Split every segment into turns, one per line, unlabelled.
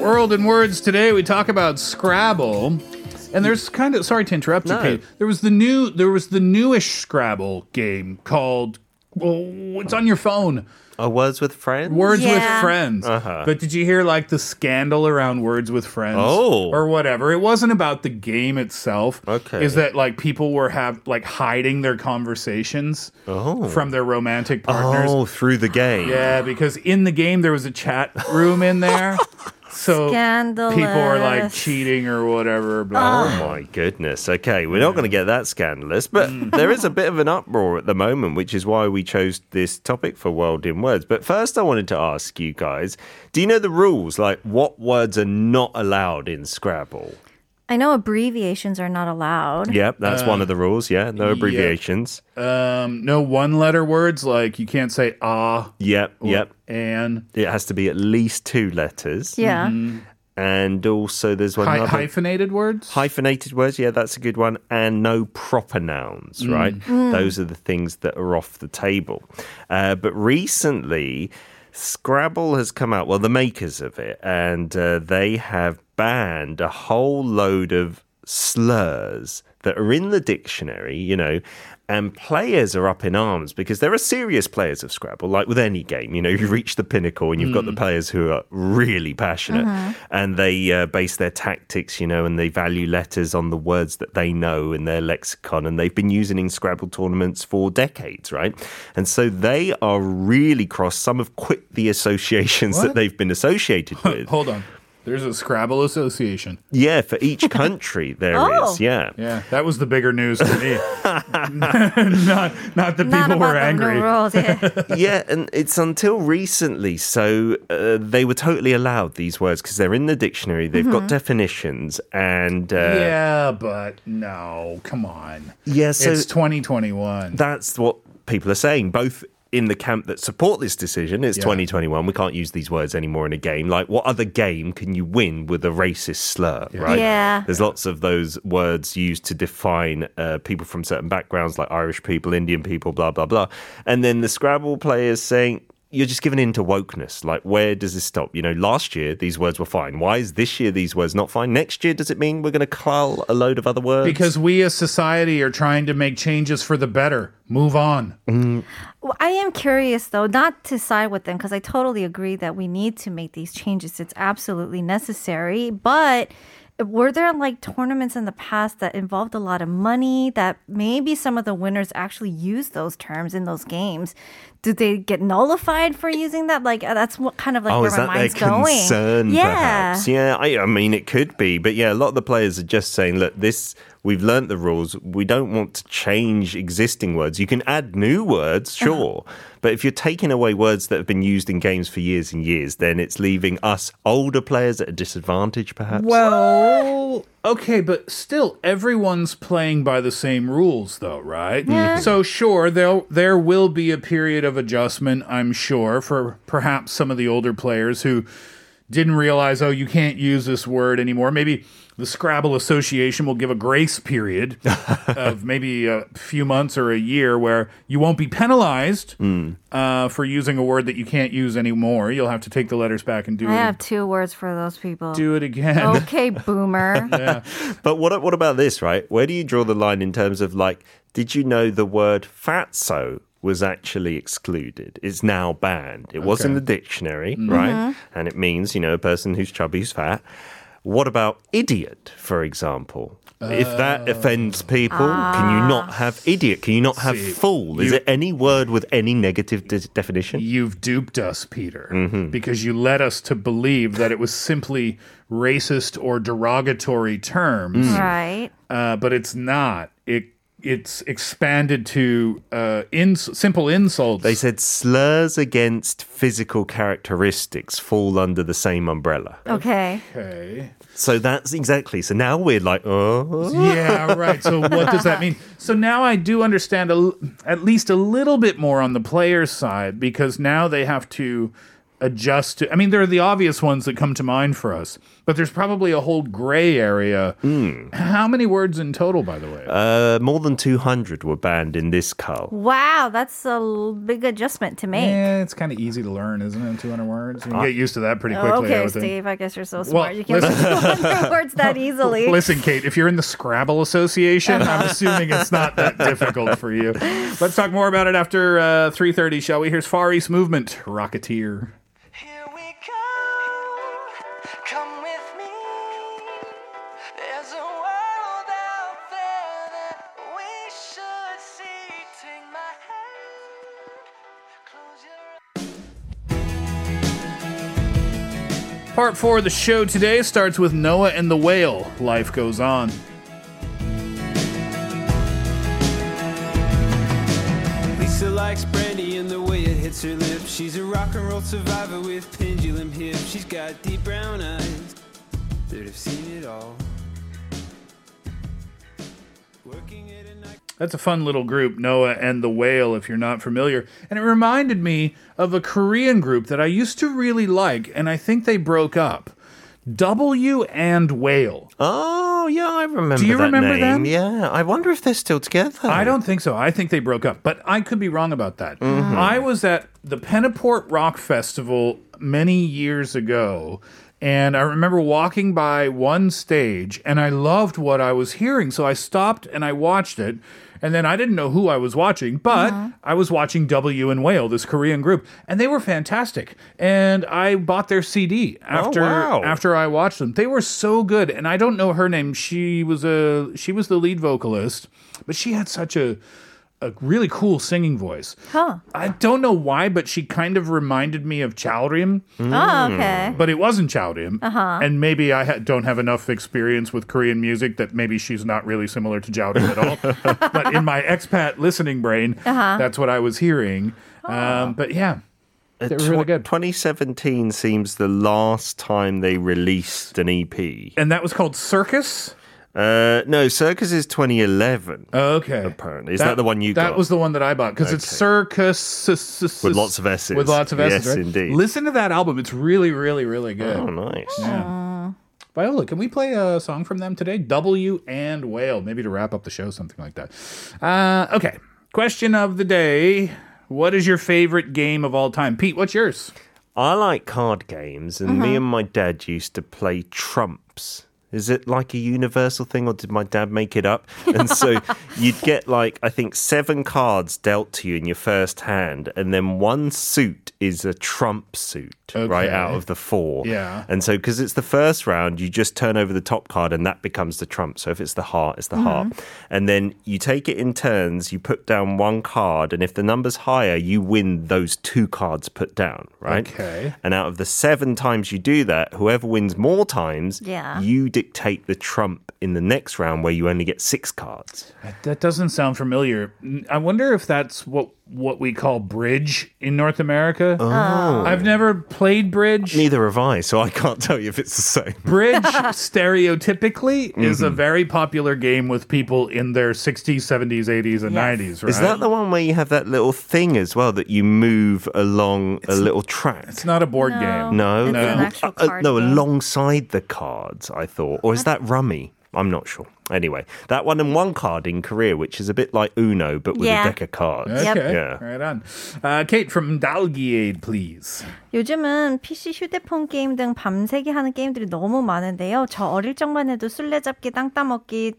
World in Words. Today we talk about Scrabble. And there's kind of sorry to interrupt
No.
you, Kate. There was the new there was the newish Scrabble game called Oh, it's on your phone.
I was with friends.
Words with
Yeah.
Friends.
Uh-huh.
But did you hear like the scandal around Words with Friends?
Oh.
Or whatever. It wasn't about the game itself.
Okay.
Is that like people were have like hiding their conversations
Oh.
from their romantic partners?
Oh, through the game.
Yeah, because in the game there was a chat room in there. So people were like
Scandalous. Ah.
cheating or whatever. Blah,
Oh
blah.
my goodness. Okay, we're not going to get that scandalous, but
Mm.
there is a bit of an uproar at the moment, which is why we chose this topic for World in Words. But first, I wanted to ask you guys do you know the rules? Like, what words are not allowed in Scrabble?
I know abbreviations are not allowed.
Yep, that's one of the
Uh,
rules. Yeah, no abbreviations.
Um, no one letter words like you can't say ah
Yep,
or
yep.
an.
It has to be at least two letters.
Yeah.
And also, there's one
Hy-
other-
hyphenated words?
hyphenated words yeah that's a good one and no proper nouns right those are the things that are off the table uh, but recently scrabble has come out well the makers of it and uh, they have banned a whole load of slurs that are in the dictionary you know and players are up in arms because there are serious players of Scrabble, like with any game. You know, you reach the pinnacle and you've got the players who are really passionate and they uh, base their tactics, you know, and they value letters on the words that they know in their lexicon. And they've been using in Scrabble tournaments for decades, right? And so they are really cross. Some have quit the associations that
What?
they've been associated with.
Hold on. There's a Scrabble association.
Yeah, for each country there is.
Oh.
Yeah.
Yeah, that was the bigger news to me. not, not that
Not
people
about
were angry.
the rules. Yeah.
yeah, and it's until recently. So uh, they were totally allowed these words because they're in the dictionary. They've got definitions, and uh, yeah.
yeah, but no, come on.
so
it's 2021.
that's what people are saying. Both in the camp that support this decision, it's
Yeah.
2021. We can't use these words anymore in a game. Like, what other game can you win with a racist slur? Right?
Yeah.
There's lots of those words used to define uh, people from certain backgrounds, like Irish people, Indian people, blah blah blah. And then the Scrabble players saying. You're just giving in to wokeness. Like, where does this stop? You know, last year these words were fine. Why is this year these words not fine? Next year, does it mean we're going to cull a load of other words?
Because we as society are trying to make changes for the better. Move on.
Well, I am curious though, not to side with them because I totally agree that we need to make these changes. It's absolutely necessary. But were there like tournaments in the past that involved a lot of money that maybe some of the winners actually used those terms in those games? Did they get nullified for using that? Like uh, that's what kind of like
oh,
where
is
my
that their
mind's going.
concern?
yeah.
Perhaps? Yeah, I, I mean, it could be, but yeah, a lot of the players are just saying, look, this we've learnt the rules. We don't want to change existing words. You can add new words,
Uh-huh.
sure, but if you're taking away words that have been used in games for years and years, then it's leaving us older players at a disadvantage, perhaps.
Well, okay, but still, everyone's playing by the same rules, though, right? Mm-hmm. So, sure, there there will be a period of adjustment, I'm sure, for perhaps some of the older players who didn't realize, oh, you can't use this word anymore. Maybe the Scrabble Association will give a grace period of maybe a few months or a year where you won't be penalized
Hmm.
uh, for using a word that you can't use anymore. You'll have to take the letters back and do
I
it.
have two words for those people.
Do it again.
okay, boomer.
But what what about this, right? Where do you draw the line in terms of like, did you know the word fatso was actually excluded? It's now banned. It was in the dictionary, right? And it means, you know, a person who's chubby who's fat. What about idiot, for example? if that offends people, can you not have idiot? Can you not have fool? Is
you-
it any word with any negative de- definition?
You've duped us, Peter, because you led us to believe that it was simply racist or derogatory terms,
Mm. right.
uh, but it's not. It it's expanded to uh, ins- simple insults.
They said slurs against physical characteristics fall under the same umbrella.
Okay.
okay.
So that's exactly. So now we're like, oh,
yeah, right. So what does that mean? So now I do understand a l at least a little bit more on the player's side because now they have to adjust to. I mean, there are the obvious ones that come to mind for us, but there's probably a whole gray area. How many words in total, by the way?
Uh, more than 200 were banned in this cull.
Wow, that's a l- big adjustment to make.
yeah, Eh, it's kind of easy to learn, isn't it? 200 words. You can get used to that pretty quickly. I
Oh, okay,
would think.
Steve, I guess you're so
Well,
smart. you can learn your words that easily.
Listen, Kate, if you're in the Scrabble Association, I'm assuming it's not that difficult for you. Let's talk more about it after uh, 3.30, shall we? Here's Far East Movement, Rocketeer.
Here we go. Come with me. There's a world out there that we should see. Take my hand. Close your eyes.
Part four of the show today starts with Noah and the Whale. Life goes on.
Lisa likes brandy and the way it hits her lips. She's a rock and roll survivor with pendulum hips. She's got deep brown eyes that have seen it all. Working at a night.
That's a fun little group, Noah and the Whale, if you're not familiar. And it reminded me of a Korean group that I used to really like, and I think they broke up. W and Whale.
Oh, yeah, I remember
Do you
that
remember
name.
them?
Yeah, I wonder if they're still together.
I don't think so. I think they broke up, but I could be wrong about that. I was at the Pennaport Rock Festival many years ago, and I remember walking by one stage, and I loved what I was hearing, so I stopped and I watched it. And then I didn't know who I was watching, but I was watching W and Whale, this Korean group, and they were fantastic. And I bought their CD after
wow.
after after I watched them. They were so good, and I don't know her name. She was a she was the lead vocalist, but she had such a a really cool singing voice.
Huh.
I don't know why, but she kind of reminded me of Chowdhury,
Oh, okay.
but it wasn't Chowdhury. Uh-huh. And maybe I ha- don't have enough experience with Korean music that maybe she's not really similar to Chowdhury at all. but in my expat listening brain, that's what I was hearing. Um, but yeah,
Uh,
They were really good.
2017 seems the last time they released an EP.
and that was called Circus.
Uh, no, Circus is 2011.
Okay.
Apparently. Is that the one you
That
got?
was the one that I bought because it's circus s- s-
With
s-
lots of S's.
With lots of S's.
Yes,
right?
indeed.
Listen to that album; it's really, really, really good.
oh, nice.
Viola, can we play a song from them today? W and Whale, maybe to wrap up the show, something like that. Uh, okay. Question of the day: What is your favorite game of all time, Pete? What's yours?
I like card games, and
Mm-hmm.
me and my dad used to play trumps. Is it like a universal thing, or did my dad make it up? And so you'd get like, I think, seven cards dealt to you in your first hand, and then one suit is a trump suit, right,
Okay.
out of the four.
Yeah.
And so, because it's the first round, you just turn over the top card and that becomes the trump. So, if it's the heart, it's the heart.
Mm-hmm.
And then you take it in turns, you put down one card, and if the number's higher, you win those two cards put down, right?
Okay.
And out of the seven times you do that, whoever wins more times,
Yeah.
you dictate the trump in the next round where you only get six cards.
That doesn't sound familiar. N- I wonder if that's what what we call bridge in North America.
Oh.
I've never played bridge.
Neither have I, so I can't tell you if it's the same.
Bridge stereotypically is
Mm-hmm.
a very popular game with people in their 60s, 70s, 80s, and 90s, right?
Is that the one where you have that little thing as well that you move along a little track?
it's not a board game.
No,
It's
No.
an
Uh,
actual
Uh,
card
no,
game.
alongside the cards, I thought. Or is that rummy? I'm not sure. Anyway, that one and one card in Korea, which is a bit like Uno, but with a
Yeah.
deck of cards.
Yep.
Okay,
Yeah.
right on. Uh, Kate from Dalgiade, please.
요즘은 PC 휴대폰 게임 등 밤새기 하는 게임들이 너무 많은데요. 저 어릴 적만 해도 술래잡기, 땅 따먹기,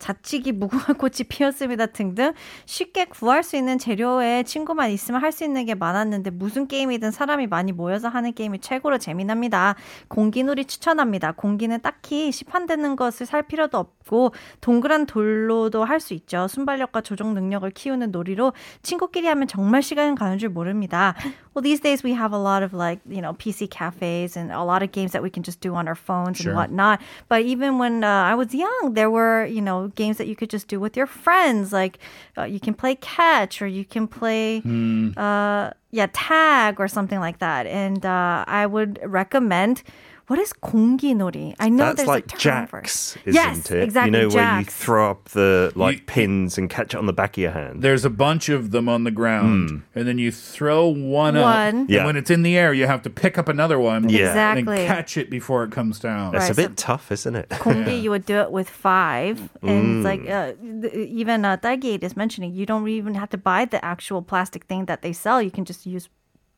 자치기, 무궁화 꽃이 피었습니다 등등 쉽게 구할 수 있는 재료에 친구만 있으면 할 수 있는 게 많았는데 무슨 게임이든 사람이 많이 모여서 하는 게임이 최고로 재미납니다. 공기놀이 추천합니다. 공기는 딱히 시판되는 것을 살 필요도 없고 동그란 돌로도 할 수 있죠. 순발력과 조정 능력을 키우는 놀이로 친구끼리 하면 정말 시간 가는 줄 모릅니다. Well, these days we have a lot of like, you know, PC cafes and a lot of games that we can just do on our phones and whatnot. But even when uh, I was young, there were, you know, games that you could just do with your friends. Like uh, you can play catch or you can play,
Hmm.
uh, yeah, tag or something like that. And uh, I would recommend What is 공기 놀이? I know
That's
there's
like
a term for
jacks, isn't
it. yes,
it?
Exactly,
you know where you
jacks.
throw up the
You-
like pins and catch it on the back of your hand.
There's a bunch of them on the ground, and then you throw one, up. And
Hmm.
One.
Yeah.
when it's in the air, you have to pick up another one
Yeah.
and then
Exactly.
catch it before it comes down.
That's a
Right.
bit tough, isn't it?
공기, you would do it with five. And it's like, uh, th- even uh, Daegi is mentioning, you don't even have to buy the actual plastic thing that they sell. You can just use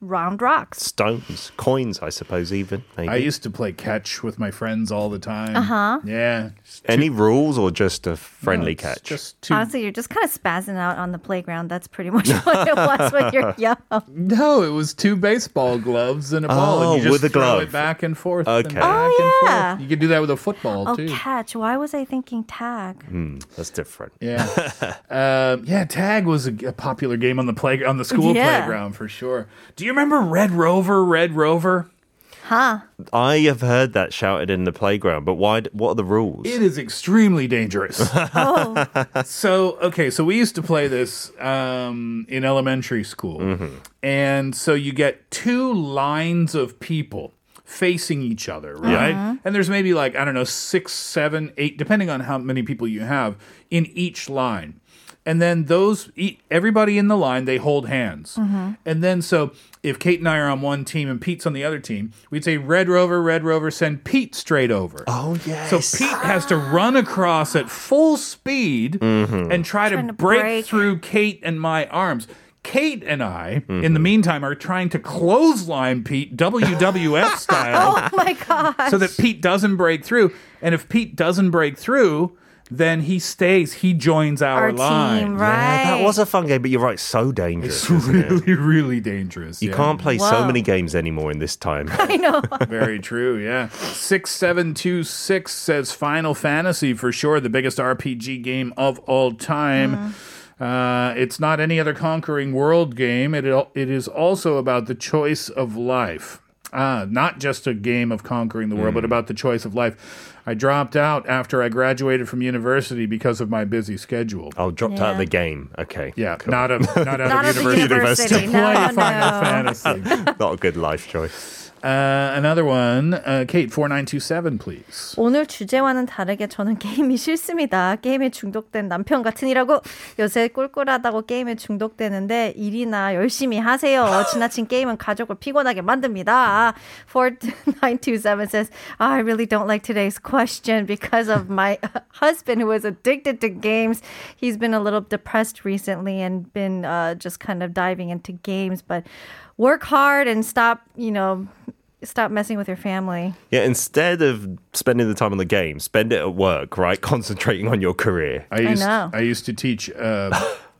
round rocks.
Stones, coins, I suppose. Even maybe.
I used to play catch with my friends all the time. Uh
Uh-huh.
huh. Yeah. Just
Any rules or just a friendly
it's
catch?
Just too.
Honestly, you're just kind of spazzing out on the playground. That's pretty much what it was when you're young.
No, it was two baseball gloves and a ball.
Oh,
and you just
with a
throw it
glove.
back and forth.
Okay.
And back
Oh,
And
yeah.
forth. You could do that with a football
Oh,
too.
catch. Why was I thinking tag?
Hmm, That's different.
Yeah, um, yeah. Tag was a, a popular game on the play on the school
Yeah.
playground for sure. Do you remember Red Rover? Red Rover.
Huh.
I have heard that shouted in the playground, but why? d- What are the rules?
It is extremely dangerous.
Oh,
so okay, so we used to play this um, in elementary school, and so you get two lines of people facing each other, right? And there's maybe like I don't know six, seven, eight, depending on how many people you have in each line. And then those e- everybody in the line they hold hands, and then so if Kate and I are on one team and Pete's on the other team, we'd say Red Rover, Red Rover, send Pete straight over.
oh yes.
So Pete has to run across at full speed and try to,
Trying to
break,
break.
through Kate and my arms. Kate and I, in the meantime, are trying to clothesline Pete WWF style
oh my God.
so that Pete doesn't break through. And if Pete doesn't break through, then he stays. He joins our,
Our
line.
team,
Yeah,
right?
that was a fun game, but you're right, so dangerous.
It's
isn't it?
really, really dangerous. yeah.
You can't play so
Whoa.
many games anymore in this time.
I know.
Very true, yeah. 6726 says Final Fantasy for sure, the biggest RPG game of all time.
Uh-huh.
Uh, it's not any other conquering world game. It, al- it is also about the choice of life. Ah, not just a game of conquering the
Hmm.
world, but about the choice of life. I dropped out after I graduated from university because of my busy schedule.
oh, dropped out of
Yeah.
the game. Okay.
Yeah, not a not out
Not
of
at the
university.
University.
university.
Play
No, no.
Final Fantasy.
Not a good life choice.
Uh, another one, uh, Kate four nine two seven, please.
오늘 주제와는 다르게 저는 게임이 싫습니다. 게임에 중독된 남편 같으니라고 요새 꿀꿀하다고 게임에 중독되는데 일이나 열심히 하세요. 지나친 게임은 가족을 피곤하게 만듭니다. 4927 says, I really don't like today's question because of my husband who is addicted to games. He's been a little depressed recently and been uh, just kind of diving into games, but work hard and stop, you know, stop messing with your family.
Yeah, instead of spending the time on the game, spend it at work, right? Concentrating on your career.
I used,
know.
I used to teach uh,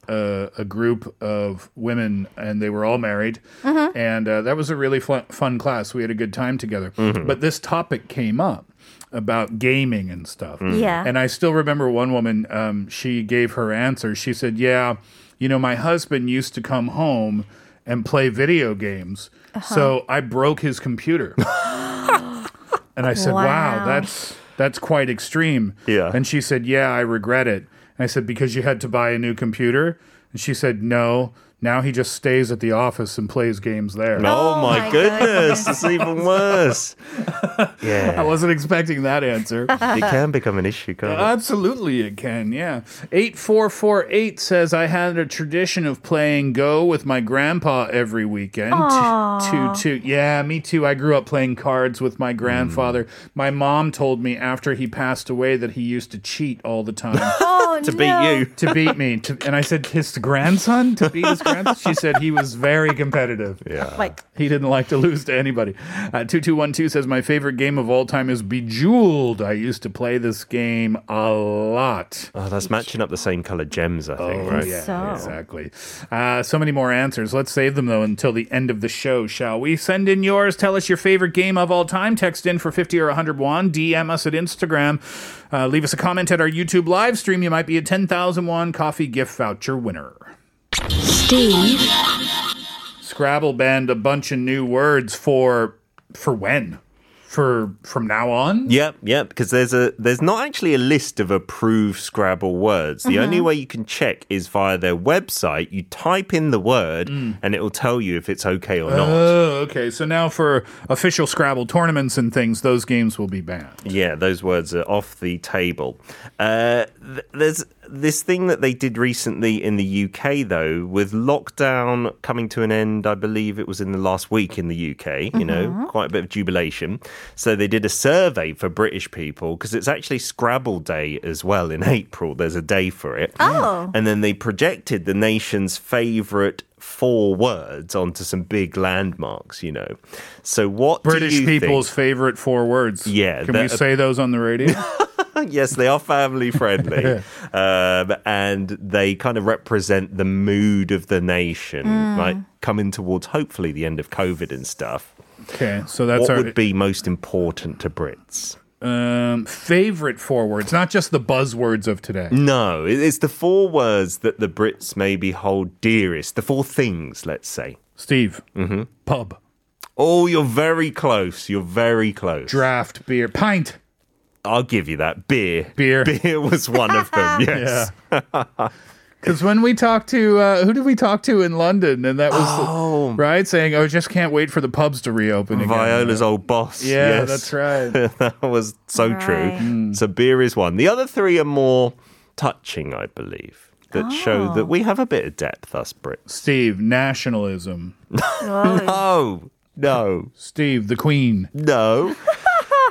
uh, a group of women, and they were all married.
Mm-hmm.
And uh, that was a really fun, fun class. We had a good time together. But this topic came up about gaming and stuff.
Yeah.
And I still remember one woman, um, she gave her answer. She said, Yeah, you know, my husband used to come home and play video games.
Uh-huh.
So I broke his computer. And I said, "Wow,
Wow.
that's that's quite extreme."
Yeah.
And she said, "Yeah, I regret it." And I said, "Because you had to buy a new computer?" And she said, "No. Now he just stays at the office and plays games there."
Oh, my,
my
goodness, it's even worse.
I
Yeah,
wasn't expecting that answer.
it can become an issue, can't it?
Absolutely, it can. Yeah. 8448 says, I had a tradition of playing Go with my grandpa every weekend. Two, two, two. Yeah, me too. I grew up playing cards with my grandfather. My mom told me after he passed away that he used to cheat all the time.
Oh,
To beat you.
to beat me. To, and I said, his grandson? To beat his grandson? She said he was very competitive.
Yeah.
Like,
He didn't like to lose to anybody. Uh, 2212 says, My favorite game of all time is Bejeweled. I used to play this game a lot.
Oh, that's matching up the same color gems, I think, right?
Yeah,
So-
exactly. Uh, so many more answers. Let's save them, though, until the end of the show, shall we? Send in yours. Tell us your favorite game of all time. Text in for 50 or 100 won. DM us at Instagram. Uh, leave us a comment at our YouTube live stream. You might be a 10,000 won coffee gift voucher winner.
Steve,
Scrabble banned a bunch of new words for for when? for from now on?
Yep, yep. Because there's a there's not actually a list of approved Scrabble words. The only way you can check is via their website. You type in the word, and it will tell you if it's okay or not.
Oh, okay. So now for official Scrabble tournaments and things, those games will be banned.
Yeah, those words are off the table. Uh, th- there's this thing that they did recently in the UK, though, with lockdown coming to an end. I believe it was in the last week in the UK, you know, quite a bit of jubilation. So they did a survey for British people because it's actually Scrabble Day as well in April. There's a day for it.
Oh.
And then they projected the nation's favourite four words onto some big landmarks, you know. So what do
British
you think?
people's favorite four words.
Yeah,
Can
that-
we say those on the radio?
yes, they are family friendly. um, and they kind of represent the mood of the nation,
Mm.
like coming towards hopefully the end of COVID and stuff.
okay. So that's
what
our
would be most important to Brits?
um, favorite four words, not just the buzzwords of today.
No, it- it's the four words that the Brits maybe hold dearest, the four things, let's say.
Steve,
Mm-hmm.
pub,
Oh, you're very close. You're very close.
draft, beer, pint.
I'll give you that. Beer.
Beer.
Beer was one of them. Yes.
Because when we talked to uh, who did we talk to in London, and that was right saying, "Oh, just can't wait for the pubs to reopen again."
Viola's old boss.
Yeah,
yes.
that's right.
that was so true.
Right.
Hmm.
So beer is one. The other three are more touching, I believe, that show that we have a bit of depth, us Brits.
Steve, nationalism.
Whoa.
No, Oh, no,
Steve, the Queen.
no.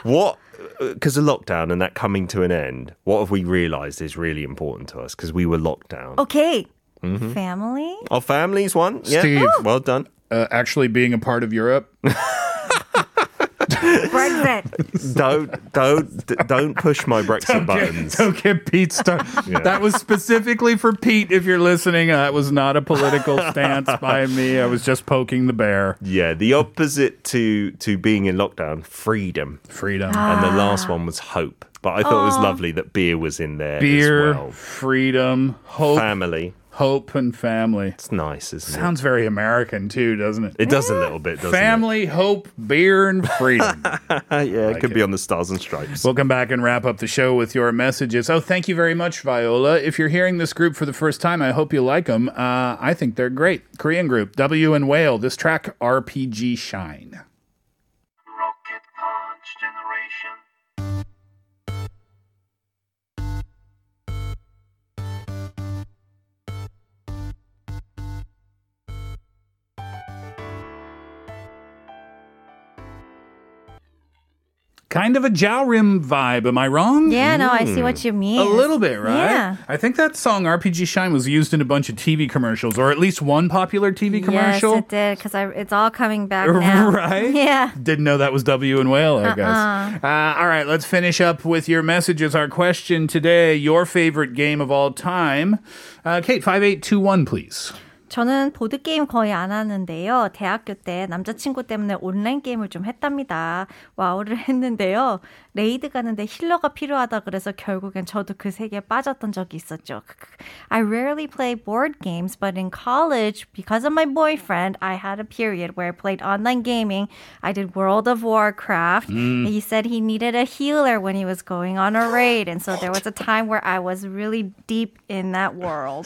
what? Because of lockdown and that coming to an end, what have we realised is really important to us? Because we were locked down.
okay.
Mm-hmm.
Family?
Our families, one. Yeah.
Steve.
Well done.
Uh, actually, being a part of Europe.
Brexit.
Don't don't d- don't push my Brexit buttons.
Don't get Pete started. That was specifically for Pete. If you're listening, that was not a political stance by me. I was just poking the bear.
Yeah, the opposite to to being in lockdown, freedom.
Freedom.
and the last
Ah.
one was hope. But I thought it was lovely that beer was in there
Beer,
as well.
freedom,
Oh.
hope,
Family.
hope, and family.
It's nice, isn't
Sounds very American too, doesn't it?
it? It does a little bit, doesn't
Family, hope, beer, and freedom.
it? Uh, yeah, it could
it.
be on the stars and stripes.
we'll come back and wrap up the show with your messages. Oh, thank you very much, Viola. If you're hearing this group for the first time, I hope you like them. Uh, I think they're great. Korean group, W and Whale. This track, RPG Shine.
Rocket Punch Generation.
Kind of a Jowrim vibe, am I wrong?
Yeah, no, I see what you mean.
Mm. A little bit, right?
Yeah.
I think that song RPG Shine was used in a bunch of TV commercials, or at least one popular TV commercial.
Yes, it did because it's all coming back now.
Right?
Yeah. Uh-uh.
Didn't know that was W and Whale, I guess. Uh, all right, let's finish up with your messages. Our question today: Your favorite game of all time? Uh, Kate, five eight two one, please.
저는 보드 게임 거의 안 하는데요. 대학교 때 남자친구 때문에 온라인 게임을 좀 했답니다. 와우를 했는데요. 레이드 가는데 힐러가 필요하다 그래서 결국엔 저도 그 세계에 빠졌던 적이 있었죠. I rarely play board games, but in college, because of my boyfriend, I had a period where I played online gaming. I did World of Warcraft. He said he needed a healer when he was going on a raid, and so there was a time where I was really deep in that world.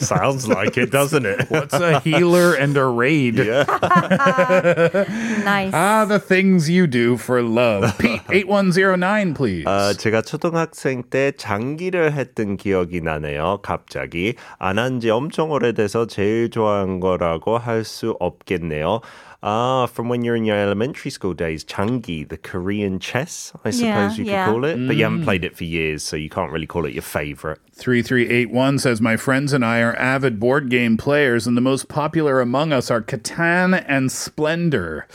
Sounds like it, doesn't it?
What's a healer and a raid?
Nice.
Ah, the things you do for love. Pete eight one zero nine, please.
아, 제가 초등학생 때 장기를 했던 기억이 나네요. 갑자기 안 한 지 엄청 오래돼서 제일 좋아한 거라고 할 수 없겠네요. Ah, from when you're in your elementary school days, 장기, the Korean chess, I
Yeah,
suppose you
yeah. Mm.
could call it. But you haven't played it for years, so you can't really call it your favorite.
3381 says, My friends and I are avid board game players, and the most popular among us are Catan and Splendor.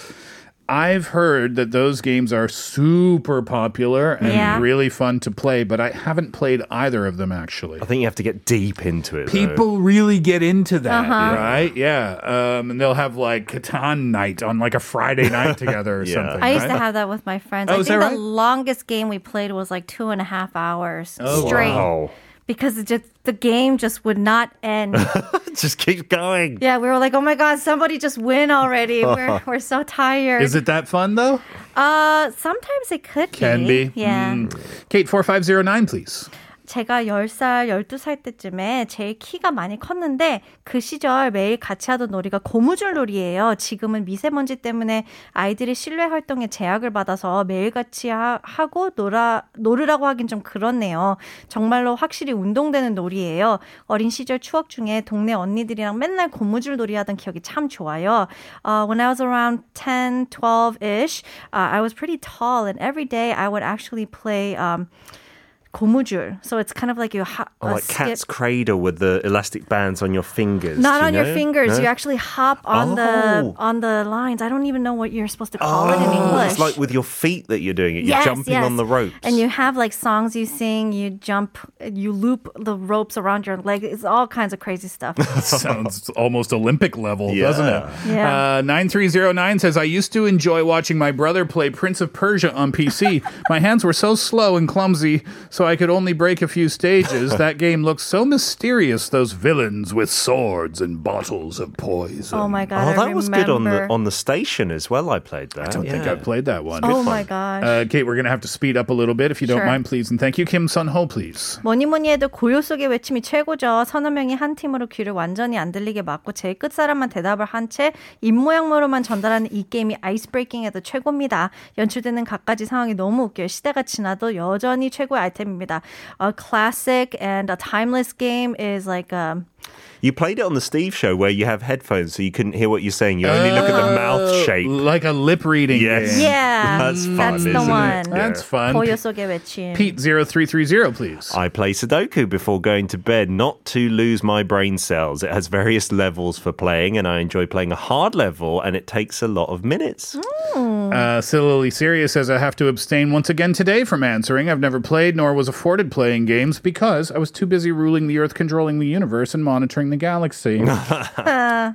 I've heard that those games are super popular and
Yeah.
really fun to play, but I haven't played either of them actually.
I think you have to get deep into it. though.
People really get into that,
Uh-huh.
right? Yeah. Um, and they'll have like Catan night on like a Friday night together or
Yeah.
something.
I used
right?
to have that with my friends.
Oh,
I
is
think
that right?
the longest game we played was like two and a half hours
Oh,
straight.
Wow.
because it just, the game just would not end.
Just keep going.
yeah, we were like, oh my God, somebody just win already. We're, we're so tired.
Is it that fun though?
uh, sometimes it could
Can
be.
be. Mm.
Yeah.
Kate four five zero nine, please.
제가 10살, 12살 때쯤에 제일 키가 많이 컸는데 그 시절 매일 같이 하던 놀이가 고무줄 놀이예요. 지금은 미세먼지 때문에 아이들이 실내 활동에 제약을 받아서 매일 같이 하, 고 놀아 놀으라고 하긴 좀 그렇네요. 정말로 확실히 운동되는 놀이예요. 어린 시절 추억 중에 동네 언니들이랑 맨날 고무줄 놀이 하던 기억이 참 좋아요. Uh, when I was around 10, 12ish, uh, I was pretty tall and every day I would actually play um, 고무줄. So it's kind of like you hop,
Oh, like cat's cradle with the elastic bands on your fingers. do
Not
you
on
know?
your fingers.
No?
You actually hop on
Oh.
the on the lines. I don't even know what you're supposed to call it in
Oh, it's
English.
like with your feet that you're doing it. You're
Yes,
jumping
yes.
on the ropes.
And you have like songs you sing, you jump, you loop the ropes around your leg. It's all kinds of crazy stuff.
Sounds almost Olympic level,
Yeah.
doesn't it? Uh,
Yeah.
9309 says, I used to enjoy watching my brother play Prince of Persia on PC. my hands were so slow and clumsy, so I could only break a few stages. that game looked so mysterious, those villains with swords and bottles of poison.
oh my
oh,
god! I
that was good on the
remember.
on the station as well. I played
I
that.
don't think I've played that one.
Oh my gosh.
Uh, Kate, we're going to have to speed up a little bit if you don't
Sure.
mind, please. And thank you, Kim Sun Ho, please.
뭐니 뭐니 해도 고요 속의 외침이 최고죠. 서너 명이 한 팀으로 귀를 완전히 안 들리게 막고 제일 끝사람만 대답을 한 채 입모양으로만 전달하는 이 게임이 아이스브레이킹에도 최고입니다. 연출되는 각가지 상황이 너무 웃겨요. 시대가 지나도 여전히 최고의 아이템입니다. A classic and a timeless game is like a
You played it on the Steve show where you have headphones, so you couldn't hear what you're saying. You only look at the mouth shape.
Like a lip reading
Uh, Yes.
game.
yeah.
That's fun,
the
isn't it?
one.
That's fun.
고요 속의 외침.
Pete0330, please.
I play Sudoku before going to bed, not to lose my brain cells. It has various levels for playing, and I enjoy playing a hard level, and it takes a lot of minutes.
Mm.
Uh, Sillily Sirius says, I have to abstain once again today from answering. I've never played nor was afforded playing games because I was too busy ruling the Earth, controlling the universe, and monitoring the galaxy.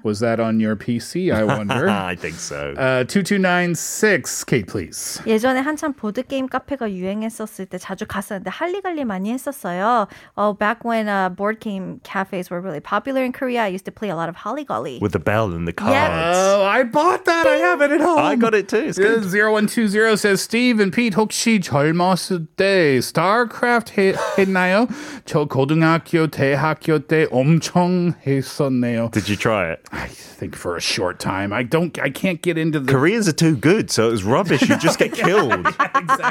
was that on your PC, I wonder?
I think so.
Uh, 2296, Kate, please.
예전에 한참 보드게임 카페가 유행했었을 때 자주 갔었는데 할리갈리 많이 했었어요. Oh, back when uh, board game cafes were really popular in Korea, I used to play a lot of Hollygalli.
With the bell and the cards.
Oh, I bought that. I have it at home.
I got it too. It's
Yeah,
good.
0120 says Steve and Pete 혹시 젊었을 때 스타크래프트 해, 했나요? 저 고등학교 대학교 때 엄청 했었네요.
Did you try it?
I think for a short time. I don't I can't get into the
Koreans are too good, so it was rubbish. You just get killed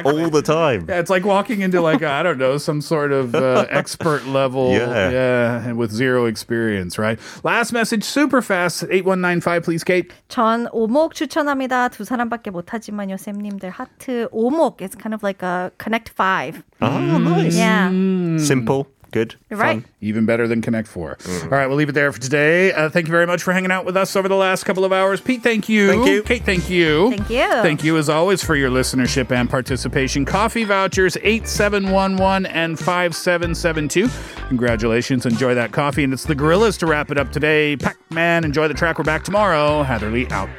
all the time.
Yeah, it's like walking into like I I don't know some sort of uh, expert level,
Yeah.
yeah, and with zero experience, right? Last message, super fast, eight one nine five, please, Kate.
전 오목 추천합니다. 두 사람밖에 못하지만요, 쌤님들 하트 오목. It's kind of like a Connect Five.
Oh, nice. 음.
Yeah,
Simple, good.
You're right.
Even better than Connect Four.
Mm-hmm.
All right, we'll leave it there for today. Uh, thank you very much for hanging out with us over the last couple of hours. Pete, thank you.
Thank you.
Kate, thank you.
Thank you.
Thank you, as always, for your listenership and participation. Coffee vouchers 8711 and 5772. Congratulations. Enjoy that coffee. And it's the Gorillas to wrap it up today. Pac Man, enjoy the track. We're back tomorrow. Hatherley out.